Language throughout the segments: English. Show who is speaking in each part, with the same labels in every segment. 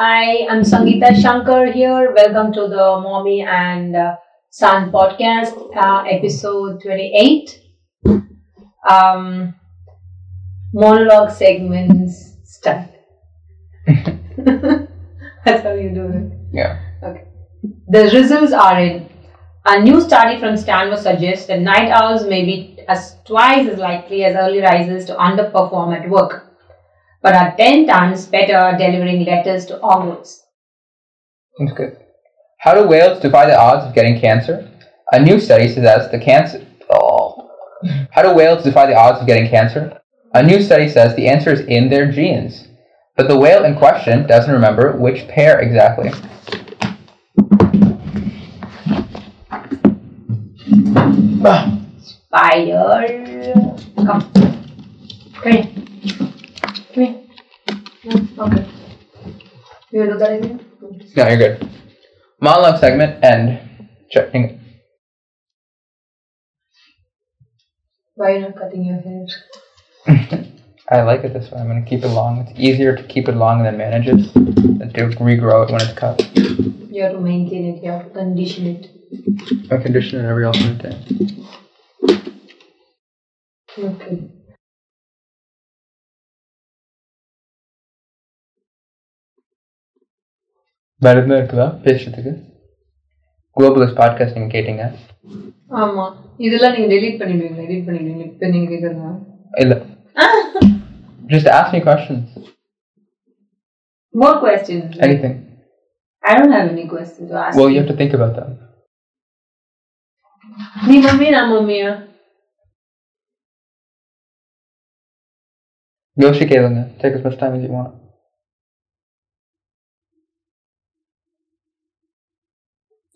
Speaker 1: Hi, I'm Sangeeta Shankar here. Welcome to the Mommy and uh, Son podcast, uh, episode 28. Um, monologue segments stuff. That's how you do it.
Speaker 2: Yeah.
Speaker 1: The results are in. A new study from Stanford suggests that night owls may be as twice as likely as early risers to underperform at work, but are 10 times better delivering letters to onwards.
Speaker 2: That's good. How do whales defy the odds of getting cancer? A new study says the cancer. Oh. How do whales defy the odds of getting cancer? A new study says the answer is in their genes. But the whale in question doesn't remember which pair exactly.
Speaker 1: Spider. Come. Come here. Come here. No, Okay. You will look at it again?
Speaker 2: No, you're good. Monologue segment end. Checking.
Speaker 1: Why are you not cutting your hair?
Speaker 2: I like it this way. I'm gonna keep it long. It's easier to keep it long than manage it than to regrow it when it's cut.
Speaker 1: You have to maintain it, you have to condition it.
Speaker 2: I condition it every alternate day.
Speaker 1: Okay.
Speaker 2: மருந்து இருக்குதா பேசுறதுக்கு குளோபலிஸ்ட் podcast நீங்கள் கேட்டீங்க
Speaker 1: ஆமா இதெல்லாம் நீங்க delete பண்ணிடுவீங்க edit பண்ணிடுவீங்க இப்ப நீங்க கேக்குறதா
Speaker 2: இல்லை Just ask me questions.
Speaker 1: More questions.
Speaker 2: Anything.
Speaker 1: I don't have any questions to ask.
Speaker 2: Well, you have to think about them.
Speaker 1: நீ மம்மி நான் மம்மியா
Speaker 2: யோசிச்சு கேளுங்க. Take as much time as you want.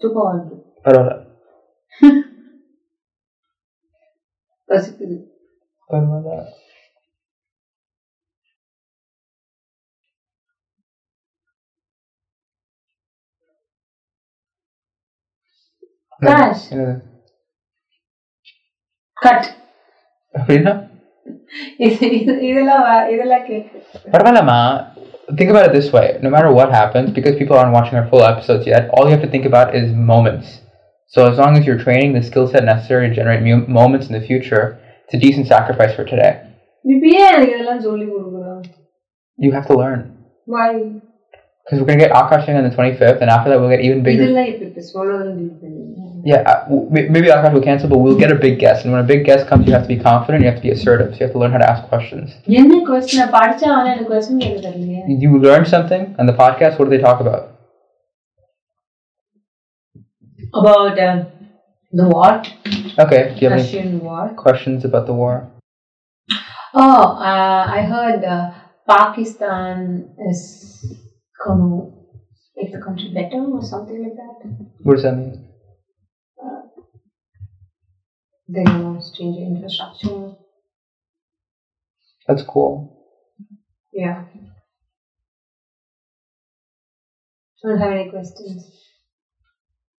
Speaker 1: தூக்கம் வருது
Speaker 2: பரவாயில்ல
Speaker 1: பசிக்குது
Speaker 2: பரவாயில்ல
Speaker 1: Gosh.
Speaker 2: என்னது?
Speaker 1: கட்
Speaker 2: அப்படின்னா
Speaker 1: இதெல்லாம் வ- இதெல்லாம் கேக்கு
Speaker 2: Parvalama, think about it this way. No matter what happens, because people aren't watching our full episodes yet, all you have to think about is moments. So as long as you're training the skill set necessary to generate mu- moments in the future, it's a decent sacrifice for today.
Speaker 1: இப்ப ஏன் எனக்கு இதெல்லாம் சொல்லி கொடுக்குறோம்
Speaker 2: You have to learn.
Speaker 1: Why?
Speaker 2: Because we're going to get Akash in on the 25th, and after that we'll get even bigger.
Speaker 1: இதெல்லாம் இப்ப இப்ப சொல்றதுன்னு சொல்லுங்க.
Speaker 2: Yeah, uh, w- may- maybe Akash will cancel, but we'll get a big guest. And when a big guest comes, you have to be confident, you have to be assertive, so you have to learn how to ask questions.
Speaker 1: என்ன question நான் படிச்சா ஆனா எனக்கு question கேட்க தெரியலையே
Speaker 2: You learn something on the podcast, what do they talk about?
Speaker 1: about um, the war
Speaker 2: Okay, do you have any
Speaker 1: Russian war
Speaker 2: questions about the war?
Speaker 1: oh uh, I heard uh, Pakistan is gonna make the country better or something like that
Speaker 2: What does that mean?
Speaker 1: they're gonna change the infrastructure.
Speaker 2: That's cool.
Speaker 1: Yeah. I don't have any questions.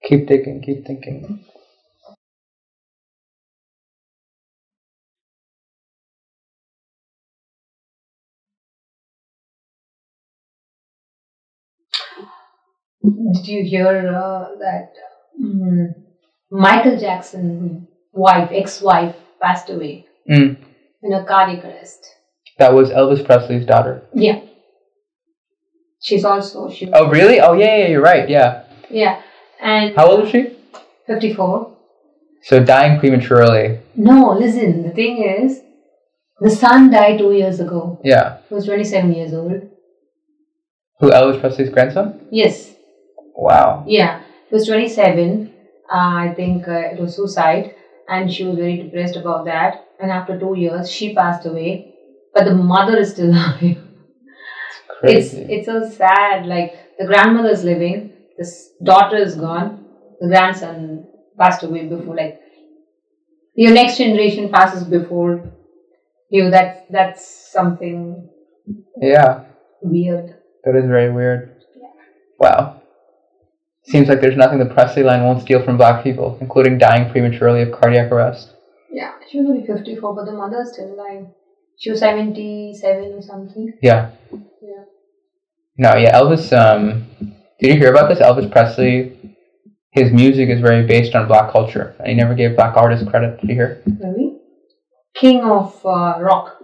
Speaker 2: Keep thinking, keep thinking.
Speaker 1: Did you hear uh, that mm, Michael Jackson's wife, ex-wife, passed away
Speaker 2: Mm.
Speaker 1: in a cardiac arrest?
Speaker 2: That was Elvis Presley's daughter.
Speaker 1: Yeah. She's also she.
Speaker 2: Oh, really? Oh, yeah, yeah, you're right. Yeah.
Speaker 1: Yeah, and
Speaker 2: How old was she?
Speaker 1: fifty-four.
Speaker 2: So dying prematurely.
Speaker 1: No, listen. The thing is, the son died two years ago.
Speaker 2: Yeah.
Speaker 1: He was twenty-seven years old.
Speaker 2: Who? Elvis Presley's grandson?
Speaker 1: Yes.
Speaker 2: Wow.
Speaker 1: Yeah, she was 27. Uh, I think uh, it was suicide, and she was very depressed about that. And after two years, she passed away, but the mother is still alive. It's
Speaker 2: Crazy.
Speaker 1: it's so sad. Like the grandmother is living, the s- daughter is gone, the grandson passed away before. Like your next generation passes before you. That's that's something
Speaker 2: yeah.
Speaker 1: weird.
Speaker 2: That is very weird. Wow. Seems like there's nothing the Presley line won't steal from black people, including dying prematurely of cardiac arrest.
Speaker 1: Yeah, she was only 54, but the mother is still alive. She was 77 or something.
Speaker 2: Yeah.
Speaker 1: Yeah.
Speaker 2: No, yeah, Elvis. Um, did you hear about this? Elvis Presley. His music is very based on black culture, and he never gave black artists credit. Did you hear?
Speaker 1: Really? King of uh, rock.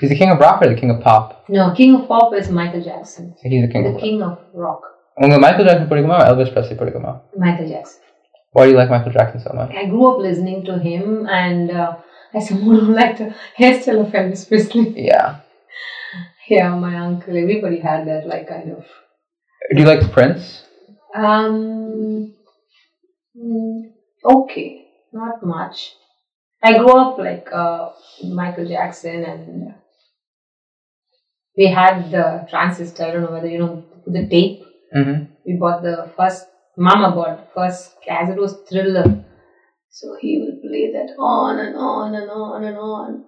Speaker 2: He's the king of rock or the king of pop?
Speaker 1: No, king of pop is Michael Jackson.
Speaker 2: I think he's the king
Speaker 1: The
Speaker 2: of.
Speaker 1: king of rock,
Speaker 2: Unga Michael Jackson put or Elvis Presley put
Speaker 1: Michael Jackson.
Speaker 2: Why do you like Michael Jackson so much?
Speaker 1: I grew up listening to him, and uh, I somehow don't like the hairstyle of Elvis Presley.
Speaker 2: Yeah.
Speaker 1: Yeah, my uncle, everybody had that, like kind of.
Speaker 2: Do you like Prince?
Speaker 1: Um, mm, okay, not much. I grew up like uh, Michael Jackson, and uh, we had the transistor. I don't know whether you know the tape.
Speaker 2: Mm-hmm.
Speaker 1: We bought the first. Mama bought the first cassette was Thriller, so he would play that on and on and on and on.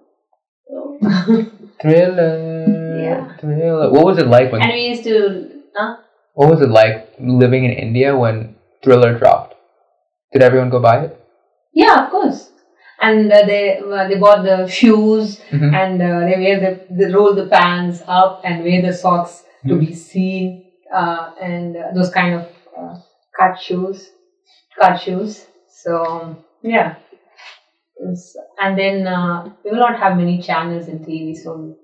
Speaker 1: So-
Speaker 2: Thriller.
Speaker 1: Yeah.
Speaker 2: Thriller. What was it like when?
Speaker 1: and we used to. Huh?
Speaker 2: What was it like living in India when Thriller dropped? Did everyone go buy it?
Speaker 1: Yeah, of course. And uh, they uh, they bought the shoes
Speaker 2: Mhm.
Speaker 1: and uh, they wear the they roll the pants up and wear the socks to be seen uh, and uh, those kind of uh, cut shoes, cut shoes. So yeah, It's- and then uh, we will not have many channels in TV, so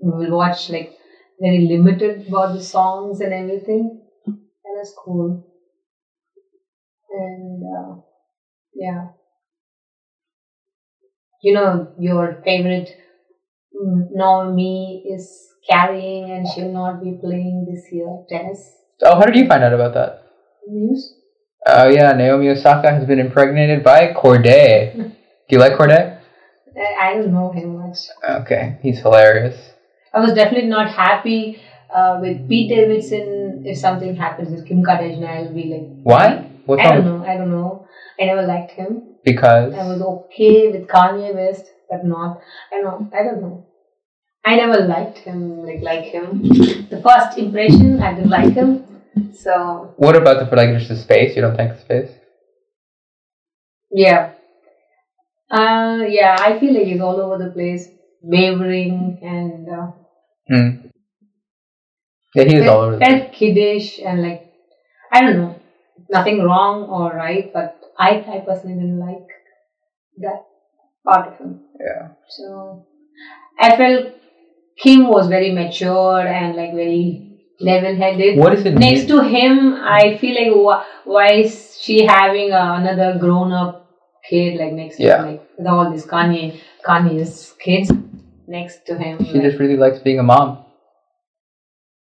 Speaker 1: we will watch like very limited about the songs and everything. And that's cool. And uh, yeah you know your favorite mm, Naomi is carrying and she'll not be playing this year tennis
Speaker 2: Oh, how did you find out about that?
Speaker 1: news.
Speaker 2: Oh yeah, Naomi Osaka has been impregnated by Corday. Do you like Corday?
Speaker 1: I I don't know him much.
Speaker 2: Okay, he's hilarious.
Speaker 1: I was definitely not happy uh, with Pete Davidson. If something happens with Kim Kardashian, I'll be like,
Speaker 2: Why? What's
Speaker 1: I don't
Speaker 2: wrong?
Speaker 1: know, I don't know. I never liked him.
Speaker 2: Because
Speaker 1: I was okay with Kanye West, but not. I don't. I don't know. I never liked him, like like him. The first impression, I didn't like him. So
Speaker 2: what about the for like just the space? You don't think the space?
Speaker 1: Yeah. Uh, yeah, I feel like he's all over the place, wavering and uh,
Speaker 2: Hmm. Yeah, he is all over the place.
Speaker 1: felt kiddish and like I don't know, nothing wrong or right, but I I personally didn't like that part of him.
Speaker 2: Yeah.
Speaker 1: So I felt Kim was very mature and like very level-headed.
Speaker 2: What is it?
Speaker 1: Next to him, I feel like why, why is she having uh, another grown-up kid like next to
Speaker 2: Yeah.
Speaker 1: him, like with all these Kanye Kanye's kids next to him?
Speaker 2: She
Speaker 1: like-
Speaker 2: just really likes being a mom.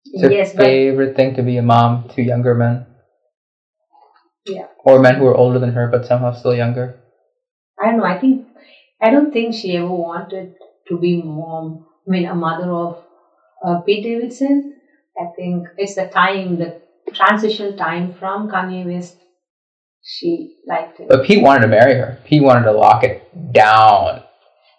Speaker 2: It's her
Speaker 1: yes, but
Speaker 2: favorite thing to be a mom to younger men.
Speaker 1: Yeah.
Speaker 2: Or men who are older than her but somehow still younger.
Speaker 1: I don't know. I think I don't think she ever wanted to be mom. I mean, a mother of uh, Pete Davidson. I think it's the time, the transition time from Kanye West. She liked it.
Speaker 2: But Pete wanted to marry her. Pete wanted to lock it down.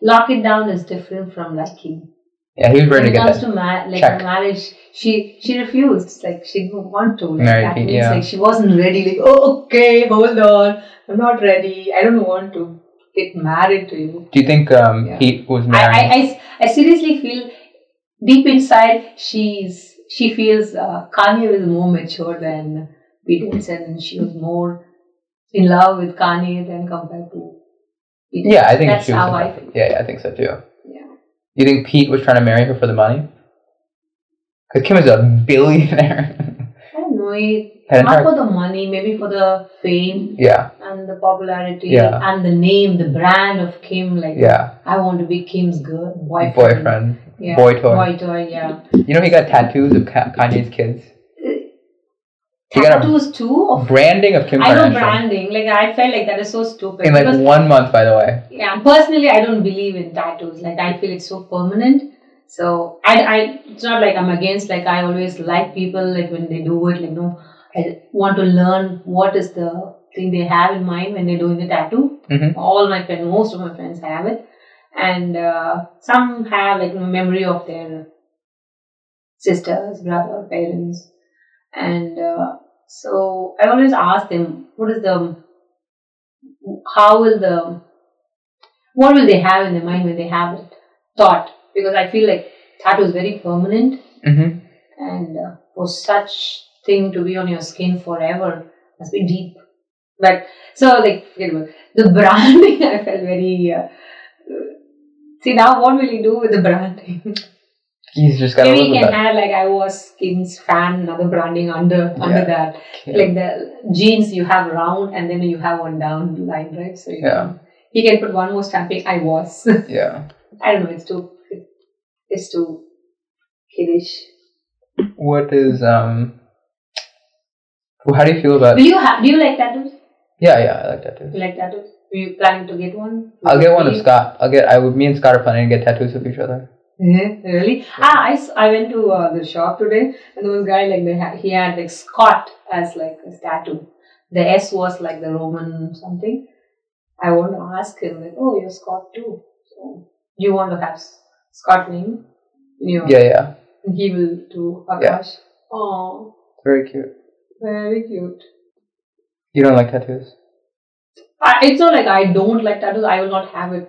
Speaker 1: Lock it down is different from liking.
Speaker 2: Yeah, he was ready to
Speaker 1: when it
Speaker 2: get
Speaker 1: comes
Speaker 2: that.
Speaker 1: to ma- like
Speaker 2: check.
Speaker 1: a marriage, she she refused. Like she didn't want to. Like,
Speaker 2: Marry
Speaker 1: that
Speaker 2: Pete,
Speaker 1: means
Speaker 2: yeah.
Speaker 1: like she wasn't ready. Like oh okay, hold on, I'm not ready. I don't want to get married to you.
Speaker 2: Do you think um,
Speaker 1: Yeah.
Speaker 2: Pete was
Speaker 1: I,
Speaker 2: marrying?
Speaker 1: I, I, I seriously feel deep inside she's she feels uh, Kanye was more mature than Pete Davidson and she was more in love with Kanye than compared to Pete
Speaker 2: Yeah, I think
Speaker 1: That's
Speaker 2: she was.
Speaker 1: how
Speaker 2: a-
Speaker 1: I feel.
Speaker 2: Yeah, yeah, I think so too.
Speaker 1: Yeah.
Speaker 2: You think Pete was trying to marry her for the money? Because Kim is a billionaire.
Speaker 1: I don't know it
Speaker 2: Had an
Speaker 1: not
Speaker 2: entire-
Speaker 1: for the money, maybe for the fame
Speaker 2: yeah,
Speaker 1: and the popularity
Speaker 2: Yeah.
Speaker 1: and the name, the brand of Kim. Like
Speaker 2: yeah.
Speaker 1: I want to be Kim's girl boyfriend.
Speaker 2: Boyfriend,
Speaker 1: Yeah.
Speaker 2: boy toy.
Speaker 1: Boy toy. Yeah.
Speaker 2: You know he got tattoos of Ka- Kanye's kids. He got a
Speaker 1: Tattoos too. Of,
Speaker 2: branding of Kim
Speaker 1: Oh. I know
Speaker 2: Kardashian
Speaker 1: branding. Like I felt like that is so stupid.
Speaker 2: in like
Speaker 1: because
Speaker 2: one month, by the way.
Speaker 1: yeah and personally i don't believe in tattoos like i feel it's so permanent so i i it's not like i'm against like i always like people like when they do it like no i want to learn what is the thing they have in mind when they're doing the tattoo
Speaker 2: Mhm.
Speaker 1: all my friends most of my friends have it and uh, some have like memory of their sisters brother parents and uh, so i always ask them what is the how will the what will they have in their mind when they have it thought because i feel like tattoo is very permanent
Speaker 2: hmm
Speaker 1: And uh, for such thing to be on your skin forever must be deep. But so like forget about the branding. I felt very. Uh, see now, what will you do with the branding?
Speaker 2: He's just got to
Speaker 1: Maybe
Speaker 2: live
Speaker 1: you
Speaker 2: with
Speaker 1: can
Speaker 2: that.
Speaker 1: add like I was skins fan another branding under under that.
Speaker 2: Okay.
Speaker 1: Like the jeans you have round and then you have one down line, right? So you
Speaker 2: Yeah.
Speaker 1: can- you can put one more stamping. I was.
Speaker 2: yeah.
Speaker 1: I don't know. It's too. It's too kiddish.
Speaker 2: What is um? well, How do you feel about?
Speaker 1: Do you have? Do you like tattoos?
Speaker 2: Yeah, yeah, I like tattoos.
Speaker 1: You like tattoos? Are you planning to get one?
Speaker 2: I'll get one of Scott. I'll get. I would. Me and Scott are planning to get tattoos of each other.
Speaker 1: Yeah, really? Ah, I, s- I went to uh, the shop today and there was a guy like they ha- he had like Scott as like a tattoo. The S was like the Roman something. I want to ask him like, oh, you're Scott too. So do you want to have S- Scott name? in your-
Speaker 2: Yeah, yeah.
Speaker 1: And He will do Akash.
Speaker 2: Yeah.
Speaker 1: Oh,
Speaker 2: Very cute.
Speaker 1: very cute.
Speaker 2: You don't like tattoos.
Speaker 1: I, it's not like I don't like tattoos. I will not have it.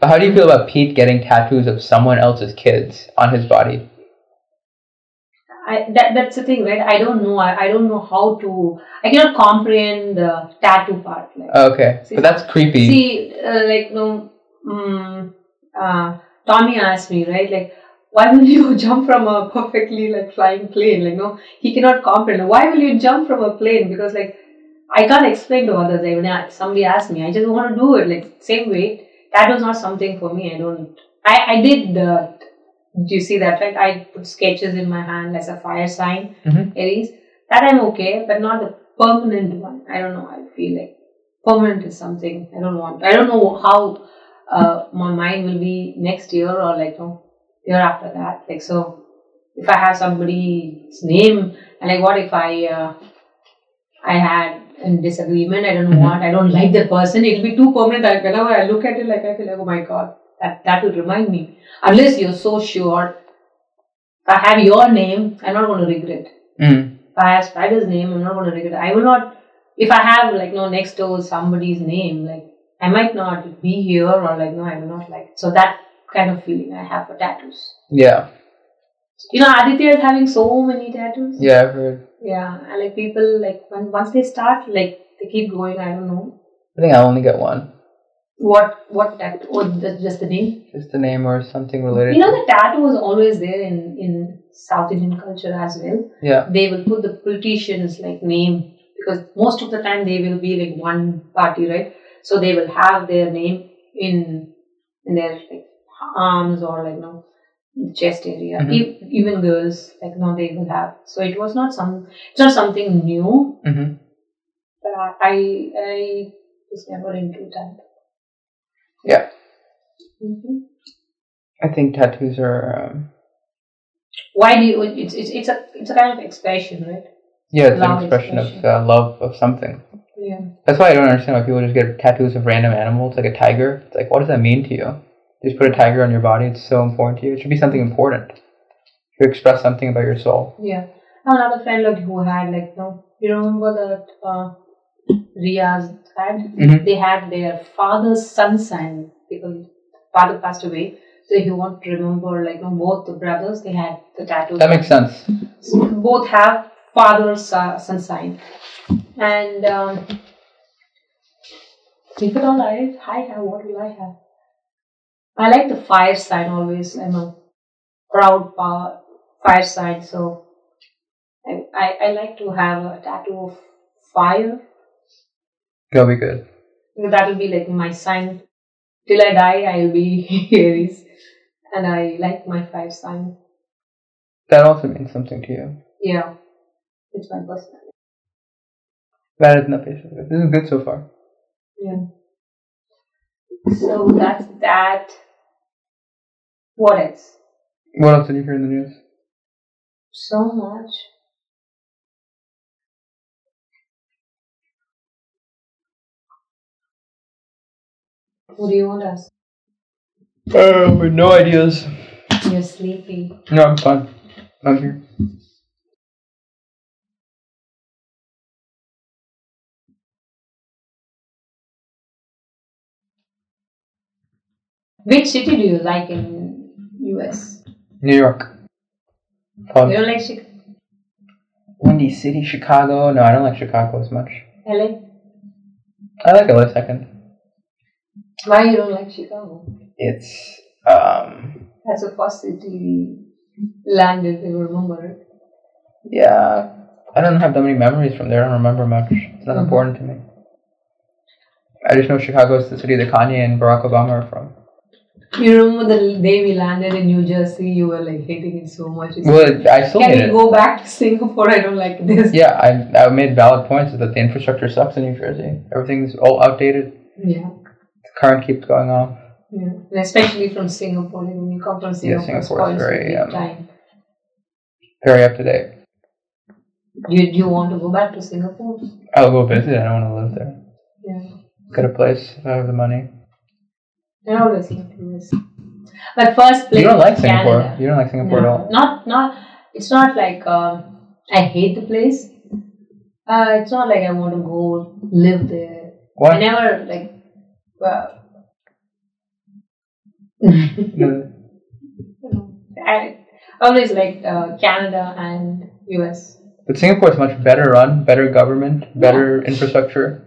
Speaker 2: But how do you feel about Pete getting tattoos of someone else's kids on his body?
Speaker 1: I, that that's the thing, right? I don't know. I, I don't know how to. I cannot comprehend the tattoo part. Like,
Speaker 2: Oh, Okay,
Speaker 1: See,
Speaker 2: but that's creepy.
Speaker 1: See, uh, like no, mm, uh, Tommy asked me right, like why will you jump from a perfectly like flying plane? Like no, he cannot comprehend. Why will you jump from a plane? Because like I can't explain to others. Like when I, somebody asked me, I just want to do it. Like same way, that was not something for me. I don't. I I did the. Do you see that right? I put sketches in my hand as a fire sign,
Speaker 2: Mhm.
Speaker 1: Aries. That I'm okay, but not the permanent one. I don't know. I feel like permanent is something I don't want. I don't know how uh, my mind will be next year or like no year after that. Like so, if I have somebody's name and like what if I uh, I had a disagreement, I don't
Speaker 2: Mhm.
Speaker 1: want, I don't like that person. It'll be too permanent. Like whenever I look at it, like I feel like oh my god, that that will remind me. Unless you're so sure. If I have your name, I'm not going to regret
Speaker 2: Mm.
Speaker 1: if I have Spider's name, I'm not going to regret. I will not. If I have like no next door somebody's name, like I might not be here or like no, I will not like. So that kind of feeling I have for tattoos.
Speaker 2: Yeah,
Speaker 1: You know, Aditya is having so many tattoos.
Speaker 2: yeah, I've heard.
Speaker 1: Yeah, and like people like when once they start, like they keep going. I don't know
Speaker 2: I think I'll only get one.
Speaker 1: what what tattoo or the, just the name.
Speaker 2: Just the name or something related.
Speaker 1: You know, the tattoo was always there in in South Indian culture as well.
Speaker 2: yeah,
Speaker 1: they will put the politicians like name because most of the time they will be like one party right so they will have their name in in their like arms or like no chest area
Speaker 2: Mhm.
Speaker 1: E- even girls like no they will have so it was not some it's not something new
Speaker 2: hmm
Speaker 1: but i i was never into that
Speaker 2: Yeah.
Speaker 1: Mhm.
Speaker 2: I think tattoos are. Um,
Speaker 1: why do you it's, it's it's a it's a kind of expression right
Speaker 2: yeah, it's
Speaker 1: Love
Speaker 2: an expression
Speaker 1: expression.
Speaker 2: of uh, love of something.
Speaker 1: yeah
Speaker 2: That's why I don't understand why people just get tattoos of random animals, like a tiger. It's like, what does that mean to you? You just put a tiger on your body. It's so important to you. It should be something important. To express something about your soul.
Speaker 1: Yeah. I have another friend like who had like no you remember that uh Ria's had
Speaker 2: Mhm.
Speaker 1: they had their father's son sign because uh, father passed away. So he want to remember like no, both the brothers they had the tattoos.
Speaker 2: That makes sense.
Speaker 1: both have father's uh, son sign. And um if at all I I have what will I have? I like the fire sign always. I'm a proud pa- fire sign, so I, I I like to have a tattoo of fire.
Speaker 2: That'll be good.
Speaker 1: That will be like my sign. Till I die, I'll be Aries, and I like my fire sign.
Speaker 2: That also means something to you.
Speaker 1: Yeah, it's my personality.
Speaker 2: That is not patient. This is good so far.
Speaker 1: Yeah. So that's that. What else?
Speaker 2: What else did you hear in the news?
Speaker 1: So much. What do you want us?
Speaker 2: Uh, with no ideas.
Speaker 1: You're sleepy.
Speaker 2: No, I'm fine. I'm here.
Speaker 1: Which city do you like in US?
Speaker 2: New York. Fun.
Speaker 1: You don't like Chicago?
Speaker 2: Windy City, Chicago. No, I don't like Chicago as much.
Speaker 1: LA?
Speaker 2: I like LA second.
Speaker 1: Why you don't like Chicago?
Speaker 2: It's um
Speaker 1: That's a first city land if you remember it.
Speaker 2: yeah. I don't have that many memories from there. I don't remember much. It's not
Speaker 1: Mhm.
Speaker 2: important to me. I just know Chicago is the city that Kanye and Barack Obama are from.
Speaker 1: You remember the day we landed in New Jersey, you were like hating it so much. You said,
Speaker 2: Well, I still hate
Speaker 1: Can we
Speaker 2: it.
Speaker 1: go back to Singapore? I don't like this.
Speaker 2: Yeah, I I made valid points that the infrastructure sucks in New Jersey. Everything's all outdated.
Speaker 1: Yeah.
Speaker 2: The current keeps going on.
Speaker 1: Yeah. And especially from Singapore. Like, when you come from
Speaker 2: Yeah,
Speaker 1: Singapore, it's
Speaker 2: Singapore's very,
Speaker 1: very,
Speaker 2: um,
Speaker 1: time.
Speaker 2: Very up to date.
Speaker 1: You, you want to go back to Singapore?
Speaker 2: I'll go visit. I don't want to live there.
Speaker 1: Yeah.
Speaker 2: Get a place if I have the money.
Speaker 1: I always like to miss. But first place
Speaker 2: You don't like
Speaker 1: was
Speaker 2: Singapore.
Speaker 1: Canada.
Speaker 2: You don't like Singapore at
Speaker 1: No,
Speaker 2: all.
Speaker 1: not not. It's not like um, I hate the place. Uh, it's not like I want to go live there. I
Speaker 2: Why?
Speaker 1: never like. Well, I always like uh, Canada and US.
Speaker 2: But Singapore is much better run, better government, better infrastructure,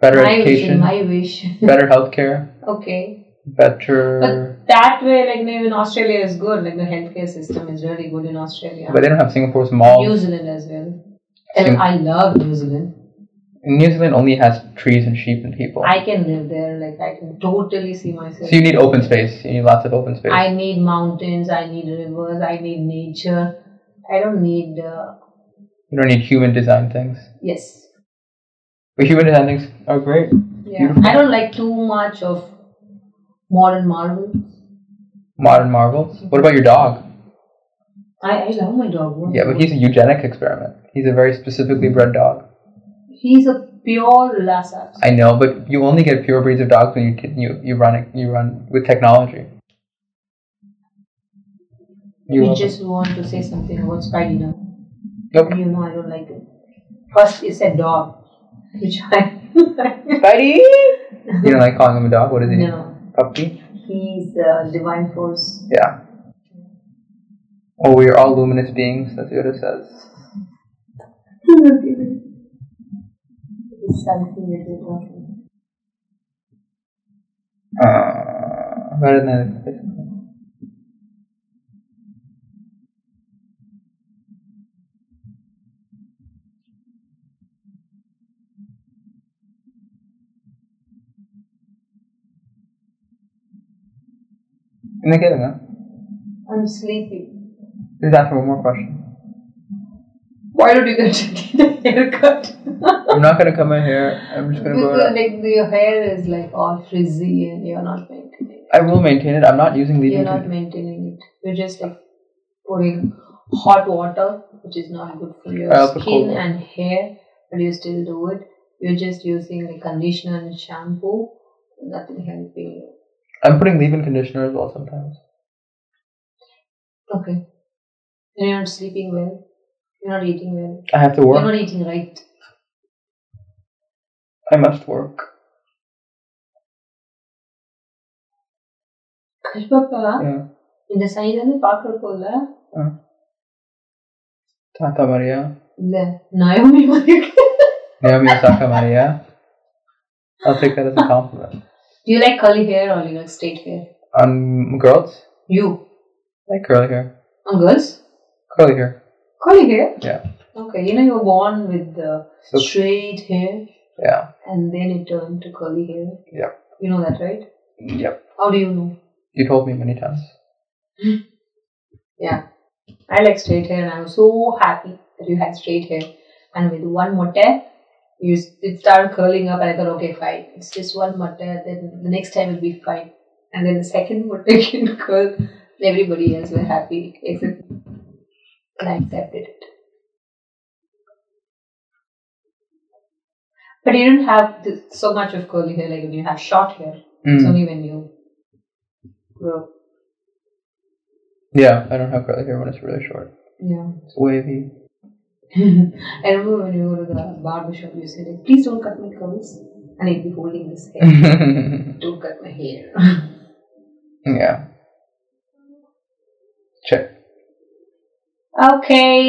Speaker 2: better
Speaker 1: my
Speaker 2: education,
Speaker 1: wish, my wish.
Speaker 2: better healthcare,
Speaker 1: okay,
Speaker 2: better.
Speaker 1: that way, like maybe in Australia is good. Like the healthcare system is really good in Australia.
Speaker 2: But, they don't have Singapore's malls.
Speaker 1: New Zealand as well. And
Speaker 2: Sing-
Speaker 1: I love New Zealand.
Speaker 2: New Zealand only has trees and sheep and people.
Speaker 1: I can live there. Like I can totally see myself.
Speaker 2: so you need open space. You need lots of open space.
Speaker 1: I need mountains. I need rivers. I need nature. I don't need uh,
Speaker 2: you don't need human design things.
Speaker 1: yes.
Speaker 2: But human design things are great.
Speaker 1: Yeah.
Speaker 2: Beautiful.
Speaker 1: I don't like too much of modern Marvel.
Speaker 2: Modern marvels. What about your dog?
Speaker 1: I, I love my dog. what
Speaker 2: Yeah, but
Speaker 1: about-
Speaker 2: he's a eugenic experiment. He's a very specifically bred dog.
Speaker 1: he's a pure Lhasa.
Speaker 2: I know, but you only get pure breeds of dogs when you t- you you run it, you run with technology. You
Speaker 1: You
Speaker 2: love
Speaker 1: just want to say something about Spidey now.
Speaker 2: it. Nope.
Speaker 1: You know I don't like it. First, it's a dog, which I
Speaker 2: Spidey. you don't like calling him a dog. What is he?
Speaker 1: no.
Speaker 2: Puppy.
Speaker 1: He's a divine force.
Speaker 2: Yeah. Oh, we are all luminous beings. That's what it says.
Speaker 1: it's something that they want.
Speaker 2: Uh, better than In the getting, huh?
Speaker 1: I'm sleepy.
Speaker 2: There's time for one more question.
Speaker 1: Why don't you go to get a haircut?
Speaker 2: I'm not gonna come in here. I'm just gonna go.
Speaker 1: because
Speaker 2: out.
Speaker 1: like your hair is like all frizzy and you're not maintaining.
Speaker 2: I will maintain it. I'm not using
Speaker 1: It. You're
Speaker 2: leave-in.
Speaker 1: not
Speaker 2: con-
Speaker 1: maintaining it. You're just like pouring hot water, which is not good for your
Speaker 2: I'll put cold
Speaker 1: skin
Speaker 2: water.
Speaker 1: and hair, but you still do it. You're just using like conditioner and shampoo. Nothing helping you.
Speaker 2: I'm putting leave-in conditioner as well sometimes.
Speaker 1: Okay. And you're not sleeping well. You're not eating well.
Speaker 2: I have to
Speaker 1: You're
Speaker 2: work.
Speaker 1: not eating right.
Speaker 2: I must work.
Speaker 1: கஷ்பப்பா
Speaker 2: Yeah.
Speaker 1: இந்த side வந்து பாக்குறப்போ இல்ல
Speaker 2: Tata Maria.
Speaker 1: இல்ல Naomi மாதிரி இருக்கு
Speaker 2: Naomi Osaka Maria. I'll take that as a compliment.
Speaker 1: You like curly hair are you like straight hair
Speaker 2: Um, girls,
Speaker 1: you
Speaker 2: I like curly hair.
Speaker 1: And girls
Speaker 2: Curly hair.
Speaker 1: curly hair
Speaker 2: Yeah.
Speaker 1: okay you know you were born with the
Speaker 2: So
Speaker 1: straight hair
Speaker 2: yeah,
Speaker 1: and then it turned to curly hair
Speaker 2: Yeah.
Speaker 1: you know that right
Speaker 2: yep.
Speaker 1: how do you know
Speaker 2: You told me many times.
Speaker 1: yeah i like straight hair and i was so happy that you had straight hair and with one more tear you s- it started curling up and i thought okay fine it's just one more tear then the next time it'll be fine and then the second more tear can curl and everybody else were happy except and i accepted it but you didn't have th- so much of curly hair like when you have short hair it's
Speaker 2: Mm.
Speaker 1: only when you grow
Speaker 2: Yeah, I don't have curly hair when it's really short.
Speaker 1: yeah
Speaker 2: It's wavy.
Speaker 1: I remember when you go to the barber shop, you say, like, please don't cut my curls. And I'd be holding this hair.
Speaker 2: yeah.
Speaker 1: don't cut my hair.
Speaker 2: Check.
Speaker 1: Okay.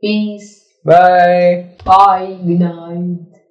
Speaker 1: Peace.
Speaker 2: Bye.
Speaker 1: Bye. Good night.